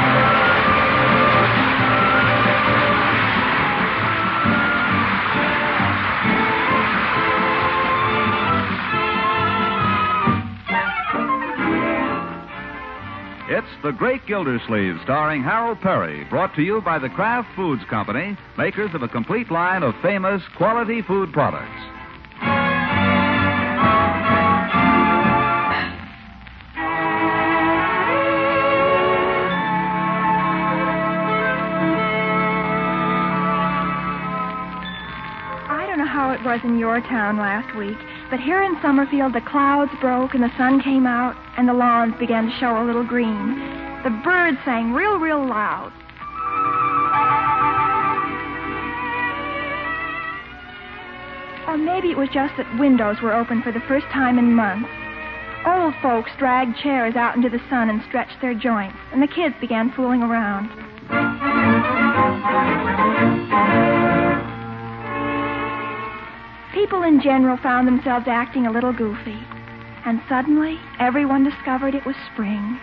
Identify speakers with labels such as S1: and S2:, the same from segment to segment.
S1: It's The Great Gildersleeve, starring Harold Perry, brought to you by the Kraft Foods Company, makers of a complete line of famous quality food products.
S2: I don't know how it was in your town last week, but here in Summerfield, the clouds broke and the sun came out, and the lawns began to show a little green. The birds sang real, real loud. Or maybe it was just that windows were open for the first time in months. Old folks dragged chairs out into the sun and stretched their joints, and the kids began fooling around. People in general found themselves acting a little goofy. And suddenly, everyone discovered it was spring.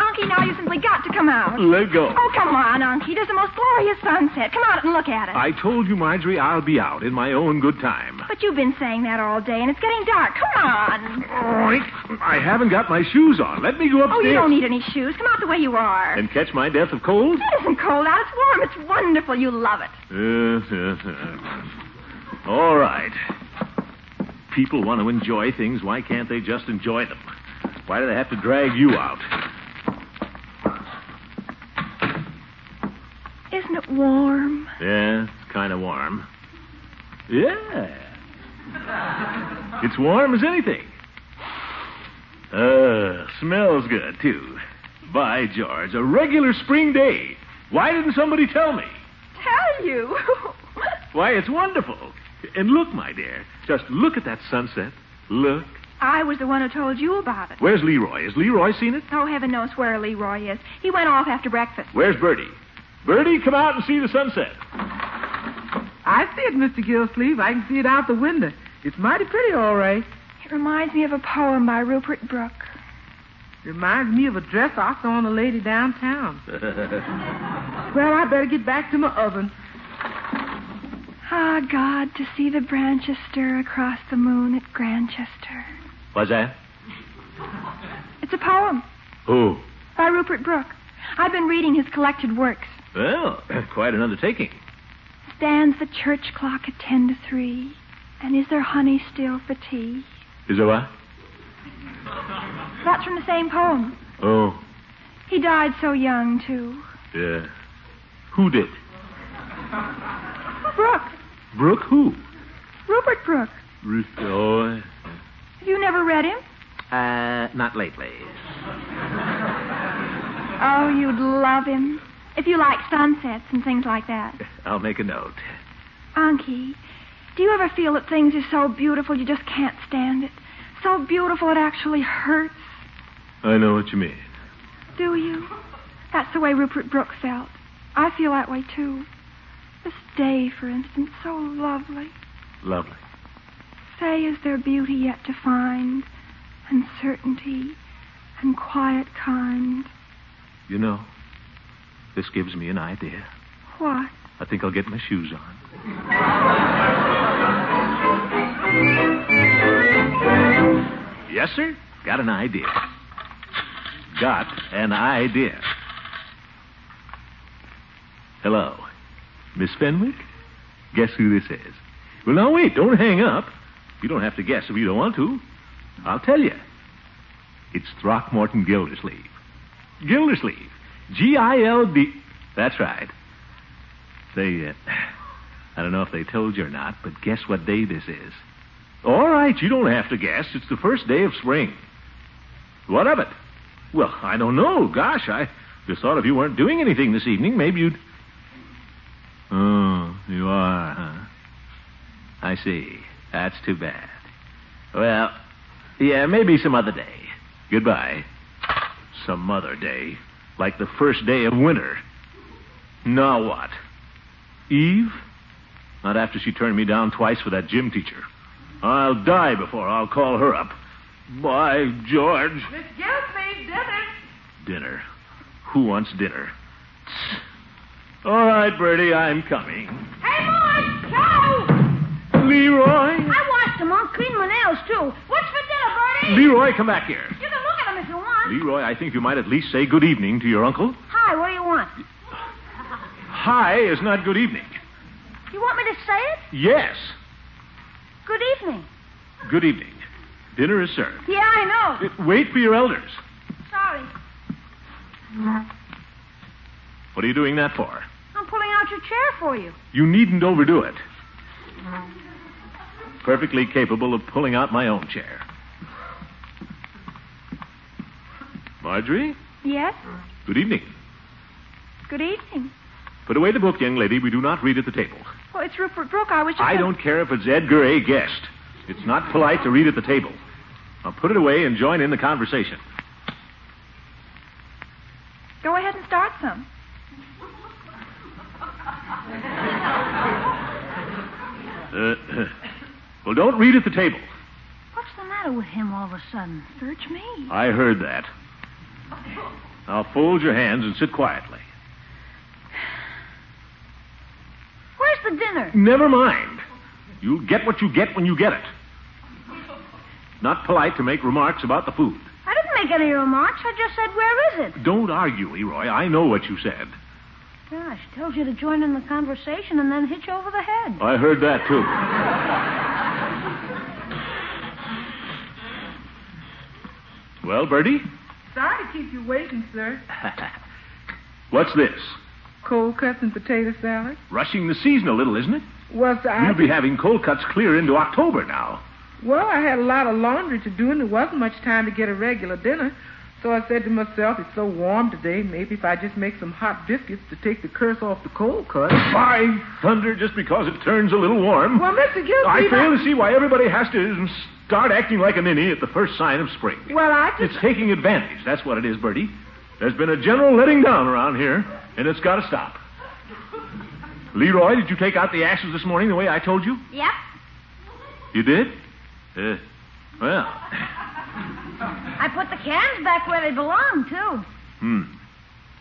S2: Unky, now you simply got to come out.
S3: Let go.
S2: Oh, come on, Unky. There's a most glorious sunset. Come out and look at it.
S3: I told you, Marjorie, I'll be out in my own good time.
S2: But you've been saying that all day, and it's getting dark. Come on.
S3: Oh, Oink. I haven't got my shoes on. Let me go upstairs.
S2: Oh, you don't need any shoes. Come out the way you are.
S3: And catch my death of cold?
S2: It isn't cold out. It's warm. It's wonderful. You love it.
S3: Yes, yes, yes. All right. People want to enjoy things. Why can't they just enjoy them? Why do they have to drag you out?
S2: Isn't it warm?
S3: Yeah, it's kind of warm. Yeah. It's warm as anything. Uh, smells good, too. By George, a regular spring day. Why didn't somebody tell me?
S2: Tell you.
S3: Why, it's wonderful. And look, my dear, just look at that sunset. Look.
S2: I was the one who told you about it.
S3: Where's Leroy? Has Leroy seen it?
S2: Oh, heaven knows where Leroy is. He went off after breakfast.
S3: Where's Bertie? Bertie, come out and see the sunset.
S4: I see it, Mr. Gillsleeve. I can see it out the window. It's mighty pretty, all right.
S2: It reminds me of a poem by Rupert Brooke.
S4: Reminds me of a dress I saw on a lady downtown. Well, I better get back to my oven.
S2: Ah, God, to see the branches stir across the moon at Grantchester.
S3: What's that?
S2: It's a poem
S3: Who?
S2: by Rupert Brooke. I've been reading his collected works.
S3: Well, quite an undertaking.
S2: Stands the church clock at ten to three, and is there honey still for tea?
S3: Is there what?
S2: That's from the same poem.
S3: Oh,
S2: He died so young, too.
S3: yeah. Uh, Who did?
S2: Brooke,
S3: Brooke who?
S2: Rupert Brooke.
S3: Ruth. Oh,
S2: Have you never read him?
S3: uh, not lately.
S2: Oh, you'd love him. If you like sunsets and things like that.
S3: I'll make a note.
S2: Anki, do you ever feel that things are so beautiful you just can't stand it? So beautiful it actually hurts,
S3: I know what you mean.
S2: do you? That's the way Rupert Brooke felt. I feel that way, too. This day, for instance, so lovely.
S3: Lovely.
S2: Say, is there beauty yet to find, and certainty, and quiet kind?
S3: You know, this gives me an idea.
S2: What?
S3: I think I'll get my shoes on. yes, sir. Got an idea. Got an idea. Hello. Miss Fenwick? Guess who this is? Well, now, wait. Don't hang up. You don't have to guess if you don't want to. I'll tell you. It's Throckmorton Gildersleeve. Gildersleeve. G I L D. That's right. They, uh, I don't know if they told you or not, but guess what day this is? All right, you don't have to guess. It's the first day of spring. What of it? Well, I don't know. Gosh, I just thought if you weren't doing anything this evening, maybe you'd. Oh, you are, huh? I see. That's too bad. Well, yeah, maybe some other day. Goodbye. Some other day. Like the first day of winter. Now what? Eve? Not after she turned me down twice for that gym teacher. I'll die before I'll call her up. By George.
S4: Miss Gillespie, dinner.
S3: Dinner. Who wants dinner? Tss. All right, Bertie, I'm coming.
S5: Hey, boys, Joe!
S3: Leroy?
S5: I washed them all, cleaned my nails, too. What's for dinner, Bertie?
S3: Leroy, come back here.
S5: You can look at them if you want.
S3: Leroy, I think you might at least say good evening to your uncle.
S5: Hi, what do you want?
S3: Hi is not good evening.
S5: You want me to say it?
S3: Yes,
S5: Good evening.
S3: good evening. Dinner is served.
S5: Yeah, I know.
S3: Wait for your elders.
S5: Sorry.
S3: What are you doing that for?
S5: I'm pulling out your chair for you.
S3: You needn't overdo it. Perfectly capable of pulling out my own chair. Marjorie,
S2: Yes?
S3: good evening.
S2: Good evening.
S3: Put away the book, young lady. We do not read at the table.
S2: Well, it's Rupert Brooke. I was just.
S3: I don't care if it's Edgar A. Guest. It's not polite to read at the table. Now put it away and join in the conversation.
S2: Go ahead and start some.
S3: Uh, well, don't read at the table.
S5: What's the matter with him all of a sudden?
S2: Search me.
S3: I heard that. Now fold your hands and sit quietly.
S5: Where's the dinner?
S3: Never mind. You'll get what you get when you get it. Not polite to make remarks about the food.
S5: I didn't make any remarks. I just said, where is it?
S3: Don't argue, Leroy. I know what you said.
S5: Gosh, tells you to join in the conversation and then hit you over the head.
S3: I heard that, too. well, Bertie,
S4: Sorry to keep you waiting, sir.
S3: what's this?
S4: Cold cuts and potato salad.
S3: Rushing the season a little, isn't it?
S4: Was I?
S3: You'll be having cold cuts clear into October now.
S4: Well, I had a lot of laundry to do, and there wasn't much time to get a regular dinner. So I said to myself, it's so warm today, maybe if I just make some hot biscuits to take the curse off the cold cut.
S3: By thunder, just because it turns a little warm.
S4: Well, Mr. Gillespie,
S3: I fail to
S4: I-
S3: see why everybody has to start acting like an ninny at the first sign of spring.
S4: Well, I just...
S3: It's taking advantage. That's what it is, Bertie. There's been a general letting down around here, and it's got to stop. Leroy, did you take out the ashes this morning the way I told you?
S5: Yep.
S3: You did? Uh, well,
S5: I put the cans back where they belong, too.
S3: hmm.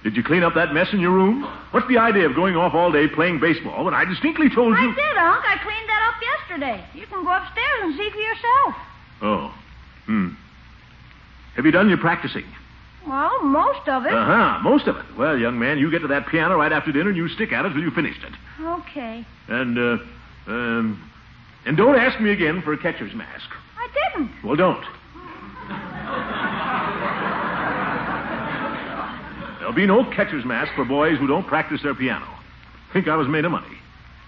S3: Did you clean up that mess in your room? What's the idea of going off all day playing baseball when I distinctly told
S5: I
S3: you?
S5: did, Unc. I cleaned that up yesterday. You can go upstairs and see for yourself.
S3: Oh. Hmm. Have you done your practicing?
S5: Well, most of it.
S3: Uh huh. Most of it. Well, young man, you get to that piano right after dinner and you stick at it till you finished it.
S5: Okay.
S3: And uh, um, and don't ask me again for a catcher's mask.
S5: I didn't.
S3: Well, don't. There'll be no catcher's mask for boys who don't practice their piano. Think I was made of money.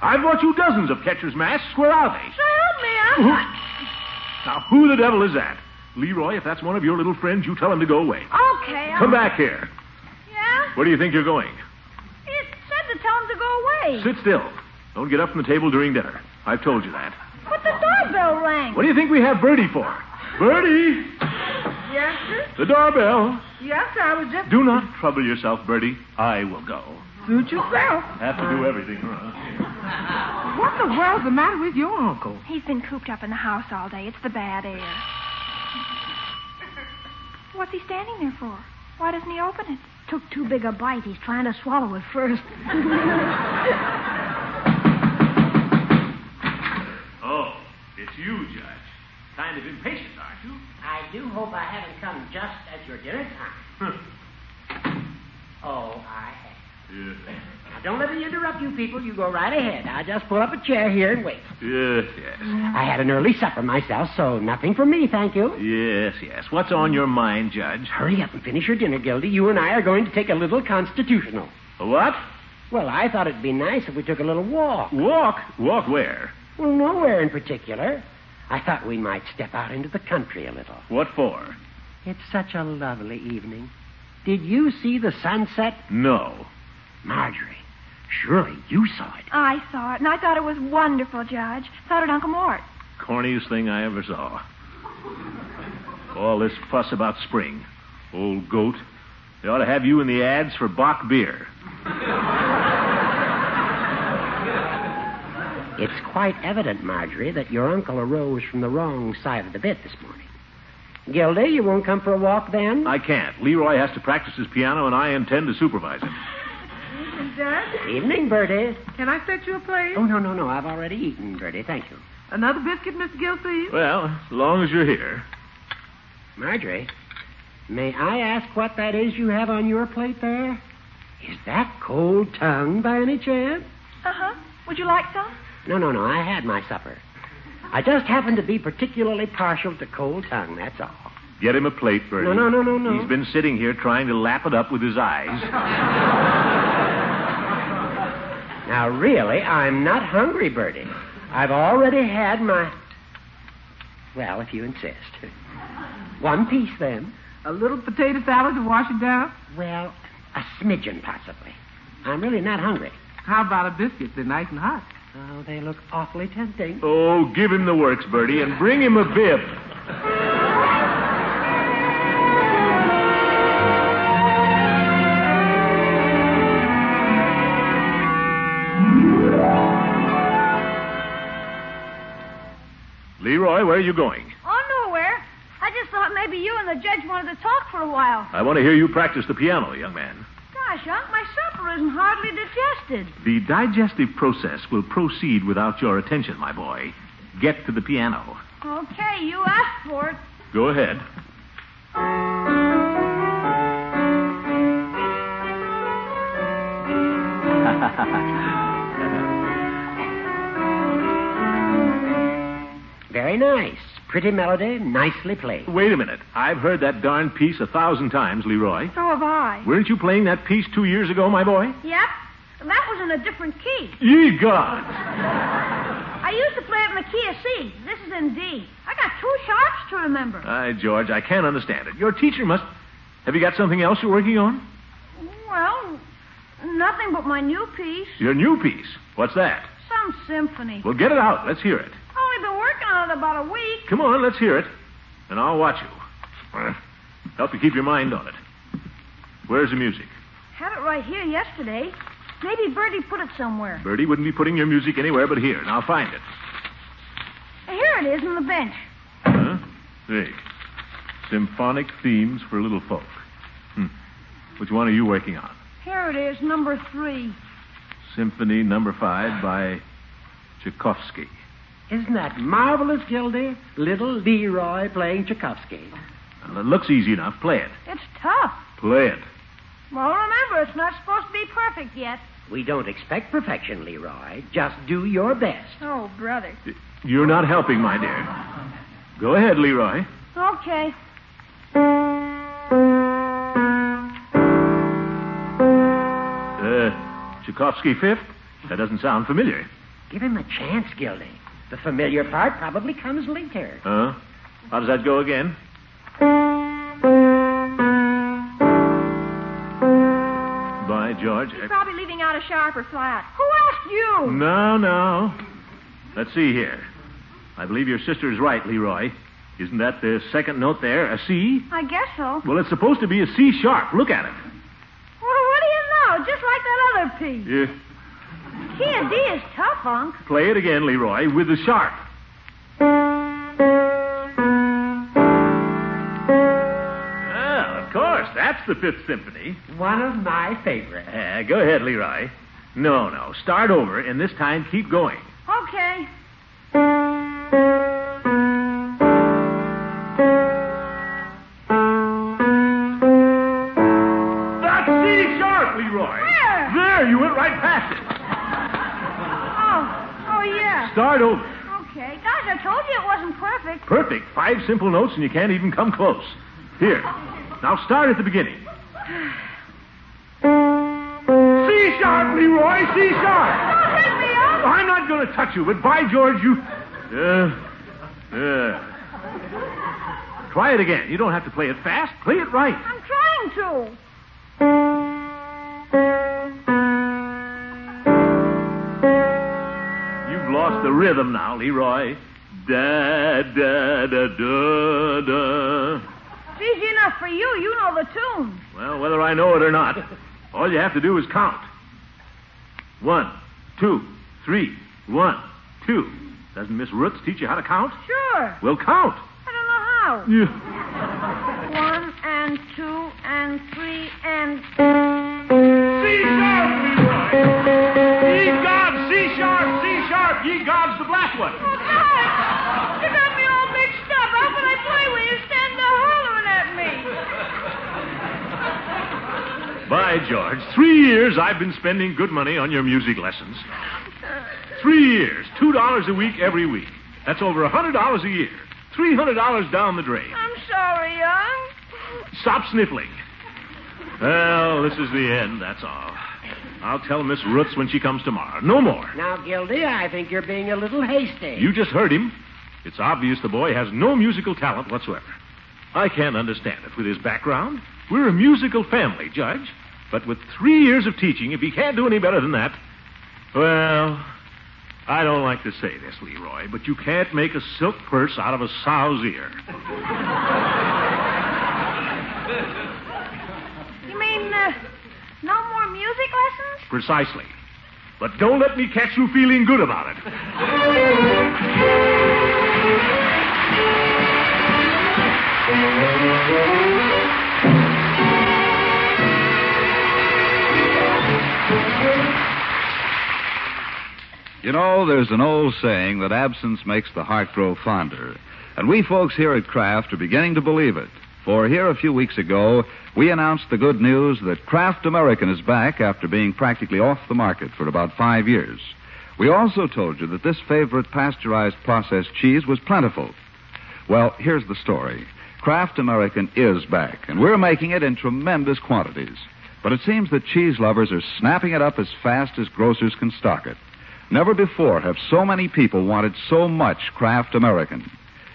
S3: I've bought you dozens of catcher's masks. Where are they?
S5: So help me, Unc.
S3: Who- Now, who the devil is that? Leroy, if that's one of your little friends, you tell him to go away.
S5: Okay.
S3: Come
S5: Unc.
S3: back here.
S5: Yeah?
S3: Where do you think you're going?
S5: It said to tell him to go away.
S3: Sit still. Don't get up from the table during dinner. I've told you that.
S5: But the doorbell rang.
S3: What do you think we have Bertie for? Bertie!
S4: Yes, sir?
S3: The doorbell.
S4: Yes, sir, I was just...
S3: Do not trouble yourself, Bertie. I will go.
S4: Suit yourself.
S3: Have to do everything around here.
S4: What the world's the matter with your uncle?
S2: He's been cooped up in the house all day. It's the bad air. What's he standing there for? Why doesn't he open it?
S5: Took too big a bite. He's trying to swallow it first.
S3: Oh, it's you, Judge. Kind of impatient, aren't you?
S6: I do hope I haven't come just at your dinner time. Oh, I have.
S3: yes,
S6: Now, don't let me interrupt you people. You go right ahead. I'll just pull up a chair here and wait.
S3: yes, yes.
S6: I had an early supper myself, so nothing for me, thank you.
S3: Yes, yes. What's on your mind, Judge?
S6: Hurry up and finish your dinner, Gildy. You and I are going to take a little constitutional.
S3: What?
S6: Well, I thought it'd be nice if we took a little walk.
S3: Walk? Walk where?
S6: Well, nowhere in particular. I thought we might step out into the country a little.
S3: What for?
S6: It's such a lovely evening. Did you see the sunset?
S3: No.
S6: Marjorie, surely you saw it.
S2: I saw it, and I thought it was wonderful, Judge. So did Uncle Mort.
S3: Corniest thing I ever saw. All this fuss about spring. Old goat. They ought to have you in the ads for Bach beer.
S6: It's quite evident, Marjorie, that your uncle arose from the wrong side of the bed this morning. Gildy, you won't come for a walk then?
S3: I can't. Leroy has to practice his piano, and I intend to supervise him.
S4: Evening, Dad.
S6: Evening, Bertie.
S4: Can I set you a plate?
S6: Oh, no, no, no. I've already eaten, Bertie. Thank you.
S4: Another biscuit, Miss Gilsey?
S3: Well, as long as you're here.
S6: Marjorie, may I ask what that is you have on your plate there? Is that cold tongue by any chance?
S2: Uh
S5: Uh-huh.
S2: huh. Would you like some?
S6: No, no, no. I had my supper. I just happen to be particularly partial to cold tongue, that's all.
S3: Get him a plate, Bertie.
S6: No, no, no, no, no.
S3: He's been sitting here trying to lap it up with his eyes.
S6: Now, really, I'm not hungry, Bertie. I've already had my. Well, if you insist. One piece, then.
S4: A little potato salad to wash it down?
S6: Well, a smidgen, possibly. I'm really not hungry.
S4: How about a biscuit? They're nice and hot.
S6: Oh, they look awfully tempting.
S3: Oh, give him the works, Bertie, and bring him a bib. Leroy, where are you going?
S5: Oh, nowhere. I just thought maybe you and the judge wanted to talk for a while.
S3: I want to hear you practice the piano, young man.
S5: Gosh, Unc, my supper isn't hardly digested.
S3: The digestive process will proceed without your attention, my boy. Get to the piano.
S5: Okay, you asked for it.
S3: Go ahead.
S6: Very nice. Pretty melody, nicely played.
S3: Wait a minute. I've heard that darn piece a thousand times, Leroy.
S2: So have I.
S3: Weren't you playing that piece two years ago, my boy?
S5: Yep. That was in a different key.
S3: Ye gods!
S5: I used to play it in the key of C. This is in D. I got two sharps to remember.
S3: Aye, George, I can't understand it. Your teacher must. Have you got something else you're working on?
S5: Well, nothing but my new piece.
S3: Your new piece. What's that?
S5: Some symphony.
S3: Well, get it out. Let's hear it.
S5: Only been working on it about a week.
S3: Come on, let's hear it. And I'll watch you. Help you keep your mind on it. Where's the music?
S5: Had it right here yesterday. Maybe Bertie put it somewhere.
S3: Bertie wouldn't be putting your music anywhere but here. Now find it.
S5: Here it is in the bench.
S3: Huh? Hey. Symphonic themes for little folk. Hmm. Which one are you working on?
S5: Here it is, number three.
S3: Symphony number five by Tchaikovsky.
S6: Isn't that marvelous, Gildy? Little Leroy playing Tchaikovsky.
S3: Well, it looks easy enough. Play it.
S5: It's tough.
S3: Play it.
S5: Well, remember, it's not supposed to be perfect yet.
S6: We don't expect perfection, Leroy. Just do your best.
S2: Oh, brother.
S3: You're not helping, my dear. Go ahead, Leroy.
S5: Okay.
S3: Uh, Tchaikovsky fifth? That doesn't sound familiar.
S6: Give him a chance, Gildy. The familiar part probably comes later.
S3: Huh? How does that go again? By George.
S2: He's probably leaving out a sharp or flat.
S5: Who asked you?
S3: No, no. Let's see here. I believe your sister's right, Leroy. Isn't that the second note there? A C?
S5: I guess so.
S3: Well, it's supposed to be a C sharp. Look at it.
S5: Well, what do you know? Just like that other piece.
S3: Yeah.
S5: Key and D is tough, Unc.
S3: Play it again, Leroy, with the sharp. Ah, of course. That's the Fifth Symphony.
S6: One of my favorites.
S3: Uh, go ahead, Leroy. No, no. Start over, and this time keep going.
S5: Okay.
S3: That's C sharp, Leroy.
S5: Where?
S3: There, you went right past it.
S5: Oh, oh yeah.
S3: Start over.
S5: Okay. Gosh, I told you it wasn't perfect.
S3: Perfect. Five simple notes, and you can't even come close. Here. Now start at the beginning. C sharp, Leroy. C sharp.
S5: Don't take Oh, me up.
S3: I'm not going to touch you, but by George, you. Uh, uh. Try it again. You don't have to play it fast. Play it right.
S5: I'm trying to.
S3: You've lost the rhythm now, Leroy. Da da da da da.
S5: It's easy enough for you. You know the tune.
S3: Well, whether I know it or not, all you have to do is count. One, two, three, one, too. Doesn't Miss Roots teach you how to count?
S5: Sure.
S3: Well, count.
S5: I don't know how.
S3: Yeah.
S5: One and two and three and.
S3: C sharp, Leroy. Ye gods, C sharp, C sharp. Ye gods, the black one.
S5: Oh, God! You got me all mixed up. How can I play when you're standing there hollering at me?
S3: By George, three years I've been spending good money on your music lessons. Three years, two dollars a week every week. That's over a hundred dollars a year. Three hundred dollars down the drain.
S5: I'm sorry, Young.
S3: Stop sniffling. Well, this is the end, that's all. I'll tell Miss Roots when she comes tomorrow. No more.
S6: Now, Gildy, I think you're being a little hasty.
S3: You just heard him. It's obvious the boy has no musical talent whatsoever. I can't understand it with his background. We're a musical family, Judge. But with three years of teaching, if he can't do any better than that, well, I don't like to say this, Leroy, but you can't make a silk purse out of a sow's ear.
S5: You mean uh, no more music lessons?
S3: Precisely. But don't let me catch you feeling good about it.
S1: You know, there's an old saying that absence makes the heart grow fonder. And we folks here at Kraft are beginning to believe it. For here a few weeks ago, we announced the good news that Kraft American is back after being practically off the market for about five years. We also told you that this favorite pasteurized processed cheese was plentiful. Well, here's the story. Kraft American is back, and we're making it in tremendous quantities. But it seems that cheese lovers are snapping it up as fast as grocers can stock it. Never before have so many people wanted so much Kraft American.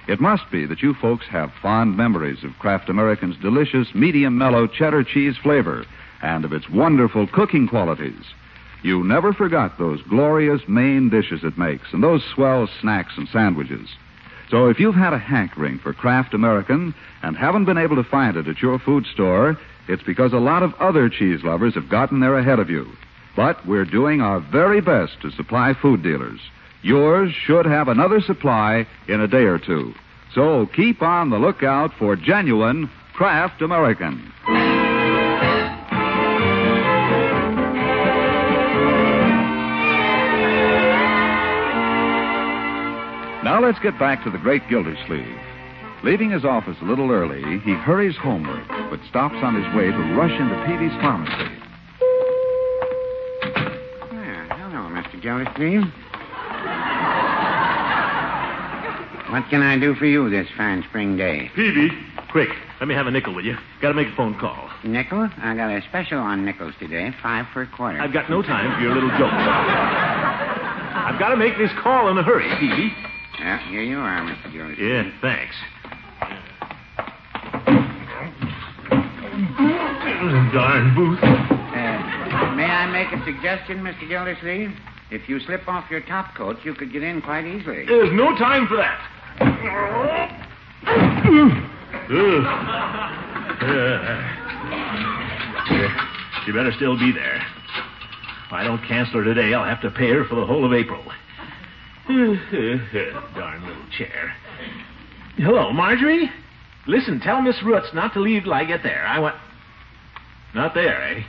S1: It must be that you folks have fond memories of Kraft American's delicious medium mellow cheddar cheese flavor and of its wonderful cooking qualities. You never forgot those glorious main dishes it makes and those swell snacks and sandwiches. So if you've had a hankering for Kraft American and haven't been able to find it at your food store, it's because a lot of other cheese lovers have gotten there ahead of you. But we're doing our very best to supply food dealers. Yours should have another supply in a day or two. So keep on the lookout for genuine Kraft American. Now let's get back to the great Gildersleeve. Leaving his office a little early, he hurries homeward, but stops on his way to rush into Peavy's pharmacy.
S7: Well, hello, Mr. Gildersleeve. what can I do for you this fine spring day?
S3: Peavy, quick, let me have a nickel, will you? Got to make a phone call.
S7: Nickel? I got a special on nickels today, five for a quarter.
S3: I've got no time for your little jokes. I've got to make this call in a hurry, Peavy.
S7: Yeah, here you are, Mr. Gildersleeve.
S3: Yeah, thanks. Darn booth.
S7: Uh, may I make a suggestion, Mr. Gildersleeve? If you slip off your top coat, you could get in quite easily.
S3: There's no time for that. She better still be there. If I don't cancel her today, I'll have to pay her for the whole of April. Darn little chair. Hello, Marjorie. Listen, tell Miss Roots not to leave till I get there. I want. Not there, eh?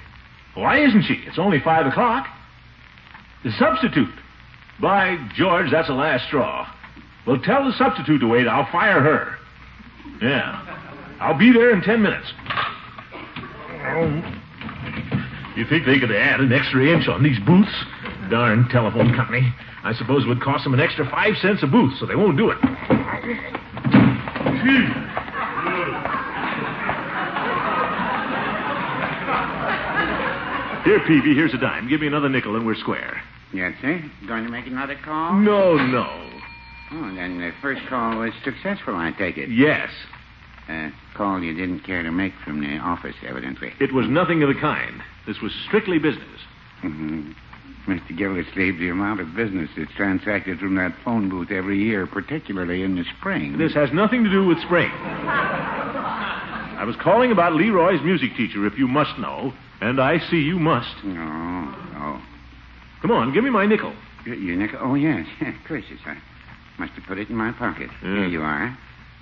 S3: Why isn't she? It's only five o'clock. The substitute. By George, that's the last straw. Well, tell the substitute to wait. I'll fire her. Yeah. I'll be there in ten minutes. You think they could add an extra inch on these booths? Darn telephone company. I suppose it would cost them an extra five cents a booth, so they won't do it. Here, Peavy, here's a dime. Give me another nickel and we're square.
S7: Yes, sir. Going to make another call?
S3: No, no.
S7: Oh, then the first call was successful, I take it.
S3: Yes.
S7: A call you didn't care to make from the office, evidently.
S3: It was nothing of the kind. This was strictly business.
S7: hmm Mr. Gildersleeve, the amount of business that's transacted from that phone booth every year, particularly in the spring.
S3: This has nothing to do with spring. I was calling about Leroy's music teacher, if you must know, and I see you must.
S7: No, no.
S3: Come on, give me my nickel.
S7: Y- Oh, Your nickel? Oh, yes. Yeah, gracious. I must have put it in my pocket.
S3: Yeah.
S7: Here you are.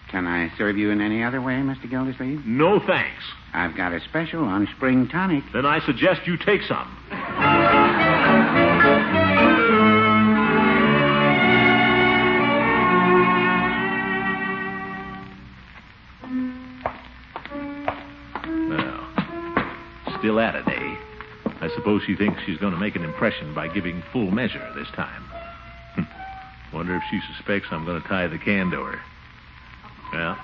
S7: Can I serve you in any other way, Mr. Gildersleeve?
S3: No thanks.
S7: I've got a special on spring tonic.
S3: Then I suggest you take some. Well, still at it, eh? I suppose she thinks she's going to make an impression by giving full measure this time. Hmm. Wonder if she suspects I'm going to tie the can to her. Well,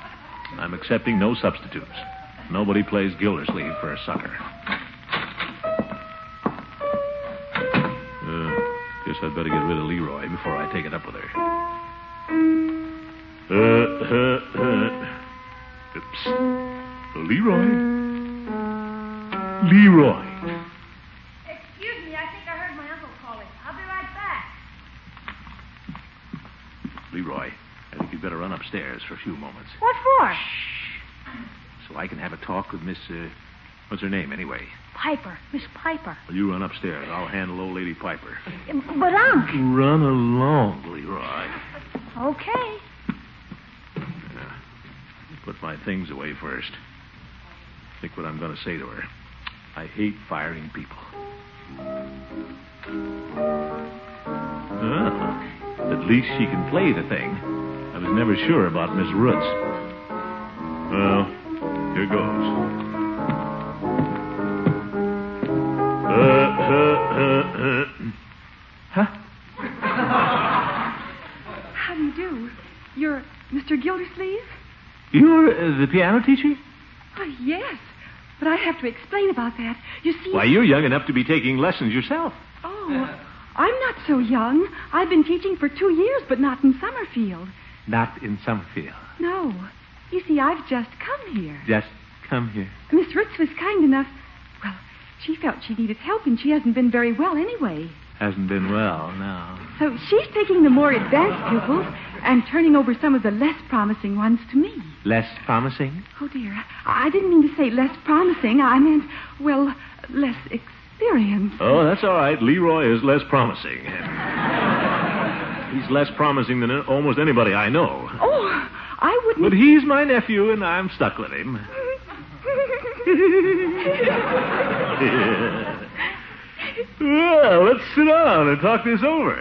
S3: I'm accepting no substitutes. Nobody plays Gildersleeve for a sucker. Uh, guess I'd better get rid of Leroy before I take it up with her. Uh, uh, uh. Oops. Leroy. Leroy.
S5: Excuse me, I think I heard my uncle calling. I'll be right back.
S3: Leroy, I think you'd better run upstairs for a few moments.
S5: What for?
S3: So I can have a talk with Miss, uh, what's her name anyway?
S5: Piper, Miss Piper.
S3: Well, you run upstairs. I'll handle old lady Piper.
S5: But Unc.
S3: Run along, Leroy.
S5: Okay.
S3: Yeah. Put my things away first. Think what I'm going to say to her. I hate firing people. Ah, at least she can play the thing. I was never sure about Miss Roots. Well, here goes. Huh?
S2: How do you do? You're Mr. Gildersleeve?
S3: You're uh, the piano teacher?
S2: Oh, yes. But I have to explain about that. You see.
S3: Why, you're young enough to be taking lessons yourself.
S2: Oh, I'm not so young. I've been teaching for two years, but not in Summerfield.
S3: Not in Summerfield.
S2: No. You see, I've just come here.
S3: Just come here.
S2: Miss Ritz was kind enough. Well, she felt she needed help, and she hasn't been very well anyway.
S3: Hasn't been well, no.
S2: So she's taking the more advanced pupils and turning over some of the less promising ones to me.
S3: Less promising?
S2: Oh, dear. I I didn't mean to say less promising. I meant, well, less experienced.
S3: Oh, that's all right. Leroy is less promising. he's less promising than almost anybody I know.
S2: Oh, I wouldn't.
S3: But he's my nephew, and I'm stuck with him. well, let's sit down and talk this over.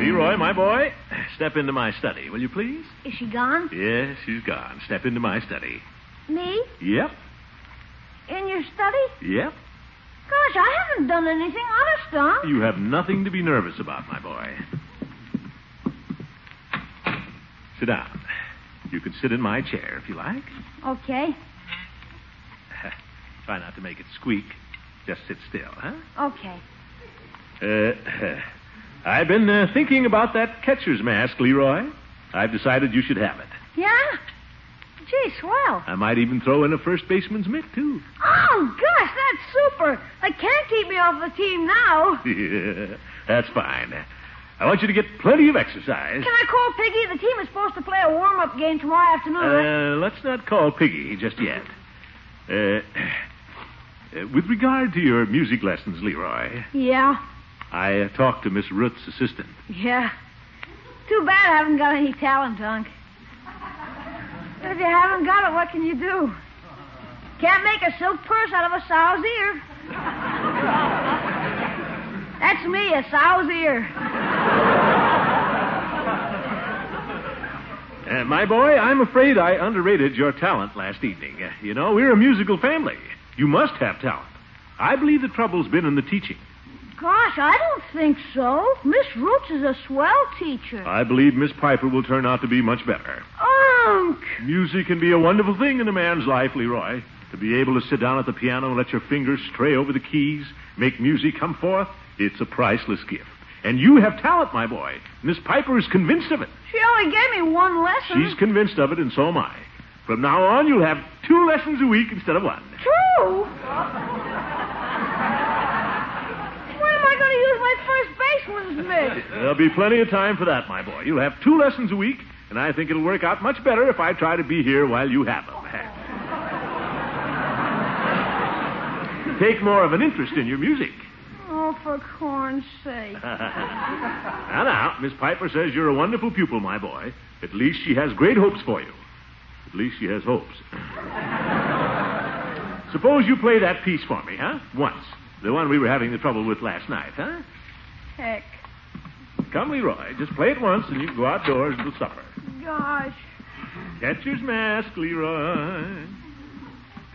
S3: Leroy, my boy, step into my study, will you please?
S5: Is she gone?
S3: Yes, she's gone. Step into my study.
S5: Me?
S3: Yep,
S5: In your study?
S3: yep.
S5: Gosh, I haven't done anything honest, Unc.
S3: You have nothing to be nervous about, my boy. Sit down. You can sit in my chair if you like.
S5: Okay,
S3: Try not to make it squeak. Just sit still, huh?
S5: okay.
S3: Uh, I've been uh, thinking about that catcher's mask, Leroy. I've decided you should have it.
S5: Yeah? Gee, swell.
S3: I might even throw in a first baseman's mitt, too.
S5: Oh, gosh, that's super. They can't keep me off the team now.
S3: That's fine. I want you to get plenty of exercise.
S5: Can I call Piggy? The team is supposed to play a warm-up game tomorrow afternoon. right?
S3: Uh, let's not call Piggy just yet. Uh, uh, with regard to your music lessons, Leroy,
S5: Yeah,
S3: I uh, talked to Miss Root's assistant.
S5: yeah. Too bad I haven't got any talent, Unc. But if you haven't got it, what can you do? Can't make a silk purse out of a sow's ear. That's me, a sow's ear.
S3: Uh, my boy, I'm afraid I underrated your talent last evening. Uh, you know, we're a musical family. You must have talent. I believe the trouble's been in the teaching.
S5: Gosh, I don't think so. Miss Roots is a swell teacher.
S3: I believe Miss Piper will turn out to be much better.
S5: Unc!
S3: Music can be a wonderful thing in a man's life, Leroy. To be able to sit down at the piano and let your fingers stray over the keys, make music come forth, it's a priceless gift. And you have talent, my boy. Miss Piper is convinced of it.
S5: She only gave me one lesson.
S3: She's convinced of it, and so am I. From now on, you'll have two lessons a week instead of one.
S5: True. When am I going to use my first baseman's mitt?
S3: There'll be plenty of time for that, my boy. You'll have two lessons a week And I think it'll work out much better if I try to be here while you have them. Take more of an interest in your music.
S5: Oh, for corn's sake.
S3: now, now, Miss Piper says you're a wonderful pupil, my boy. At least she has great hopes for you. At least she has hopes. Suppose you play that piece for me, huh? Once. The one we were having the trouble with last night, huh?
S5: Heck.
S3: Come, Leroy. Just play it once and you can go outdoors and we'll supper.
S5: Gosh.
S3: Catcher's mask, Leroy.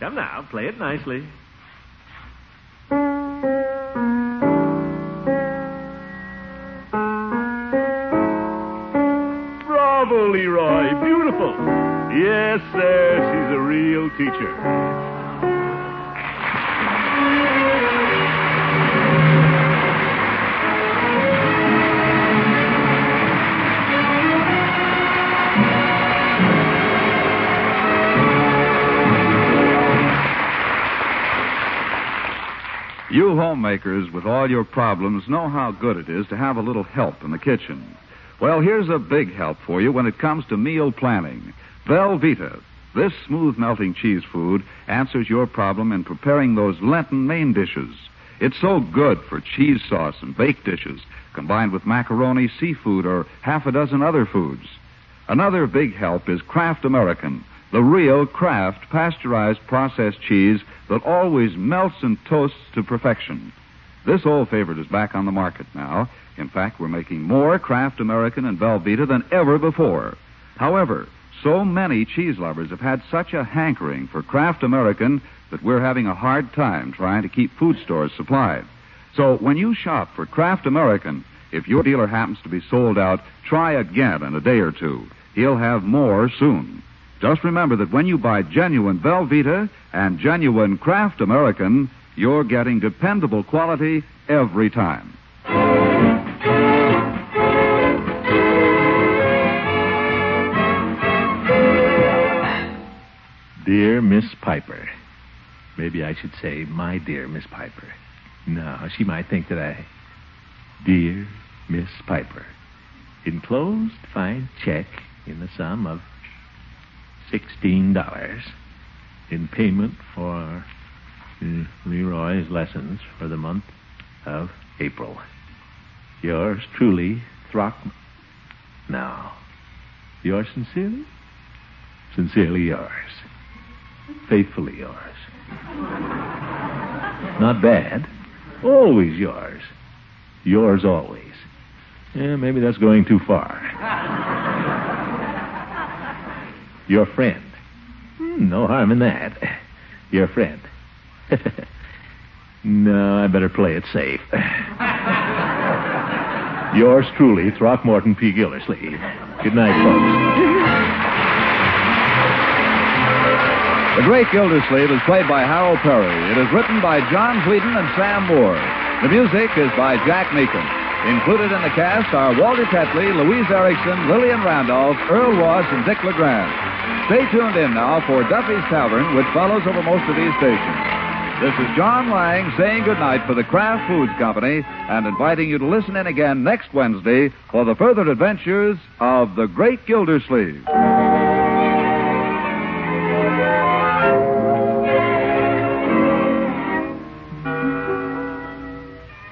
S3: Come now, play it nicely. Bravo, Leroy. Beautiful. Yes, sir. She's a real teacher.
S1: You homemakers, with all your problems, know how good it is to have a little help in the kitchen. Well, here's a big help for you when it comes to meal planning. Velveeta. This smooth melting cheese food answers your problem in preparing those Lenten main dishes. It's so good for cheese sauce and baked dishes, combined with macaroni, seafood, or half a dozen other foods. Another big help is Kraft American, the real Kraft pasteurized processed cheese that always melts and toasts to perfection. This old favorite is back on the market now. In fact, we're making more Kraft American and Velveeta than ever before. However, so many cheese lovers have had such a hankering for Kraft American that we're having a hard time trying to keep food stores supplied. So when you shop for Kraft American, if your dealer happens to be sold out, try again in a day or two. He'll have more soon. Just remember that when you buy genuine Velveeta and genuine Kraft American, you're getting dependable quality every time.
S3: Dear Miss Piper. Maybe I should say, my dear Miss Piper. No, she might think that I. Dear Miss Piper. Enclosed fine check in the sum of $16 in payment for uh, Leroy's lessons for the month of April. Yours truly, Throckmorton. Now, yours sincerely? Sincerely yours. Faithfully yours. Not bad. Always yours. Yours always. Yeah, maybe that's going too far. Your friend. Hmm, no harm in that. Your friend. no, I better play it safe. Yours truly, Throckmorton P. Gildersleeve. Good night, folks.
S1: The Great Gildersleeve is played by Harold Perry. It is written by John Wheaton and Sam Moore. The music is by Jack Meakin. Included in the cast are Walter Tetley, Louise Erickson, Lillian Randolph, Earl Ross, and Dick LeGrand. Stay tuned in now for Duffy's Tavern, which follows over most of these stations. This is John Lang saying goodnight for the Kraft Foods Company and inviting you to listen in again next Wednesday for the further adventures of the Great Gildersleeve.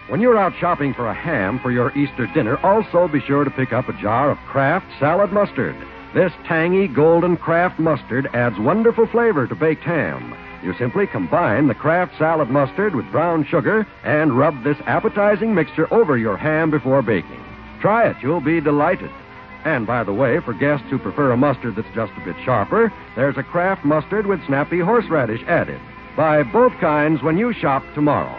S8: When you're out shopping for a ham for your Easter dinner, also be sure to pick up a jar of Kraft salad mustard. This tangy golden Kraft mustard adds wonderful flavor to baked ham. You simply combine the Kraft salad mustard with brown sugar and rub this appetizing mixture over your ham before baking. Try it, you'll be delighted. And by the way, for guests who prefer a mustard that's just a bit sharper, there's a Kraft mustard with snappy horseradish added. Buy both kinds when you shop tomorrow.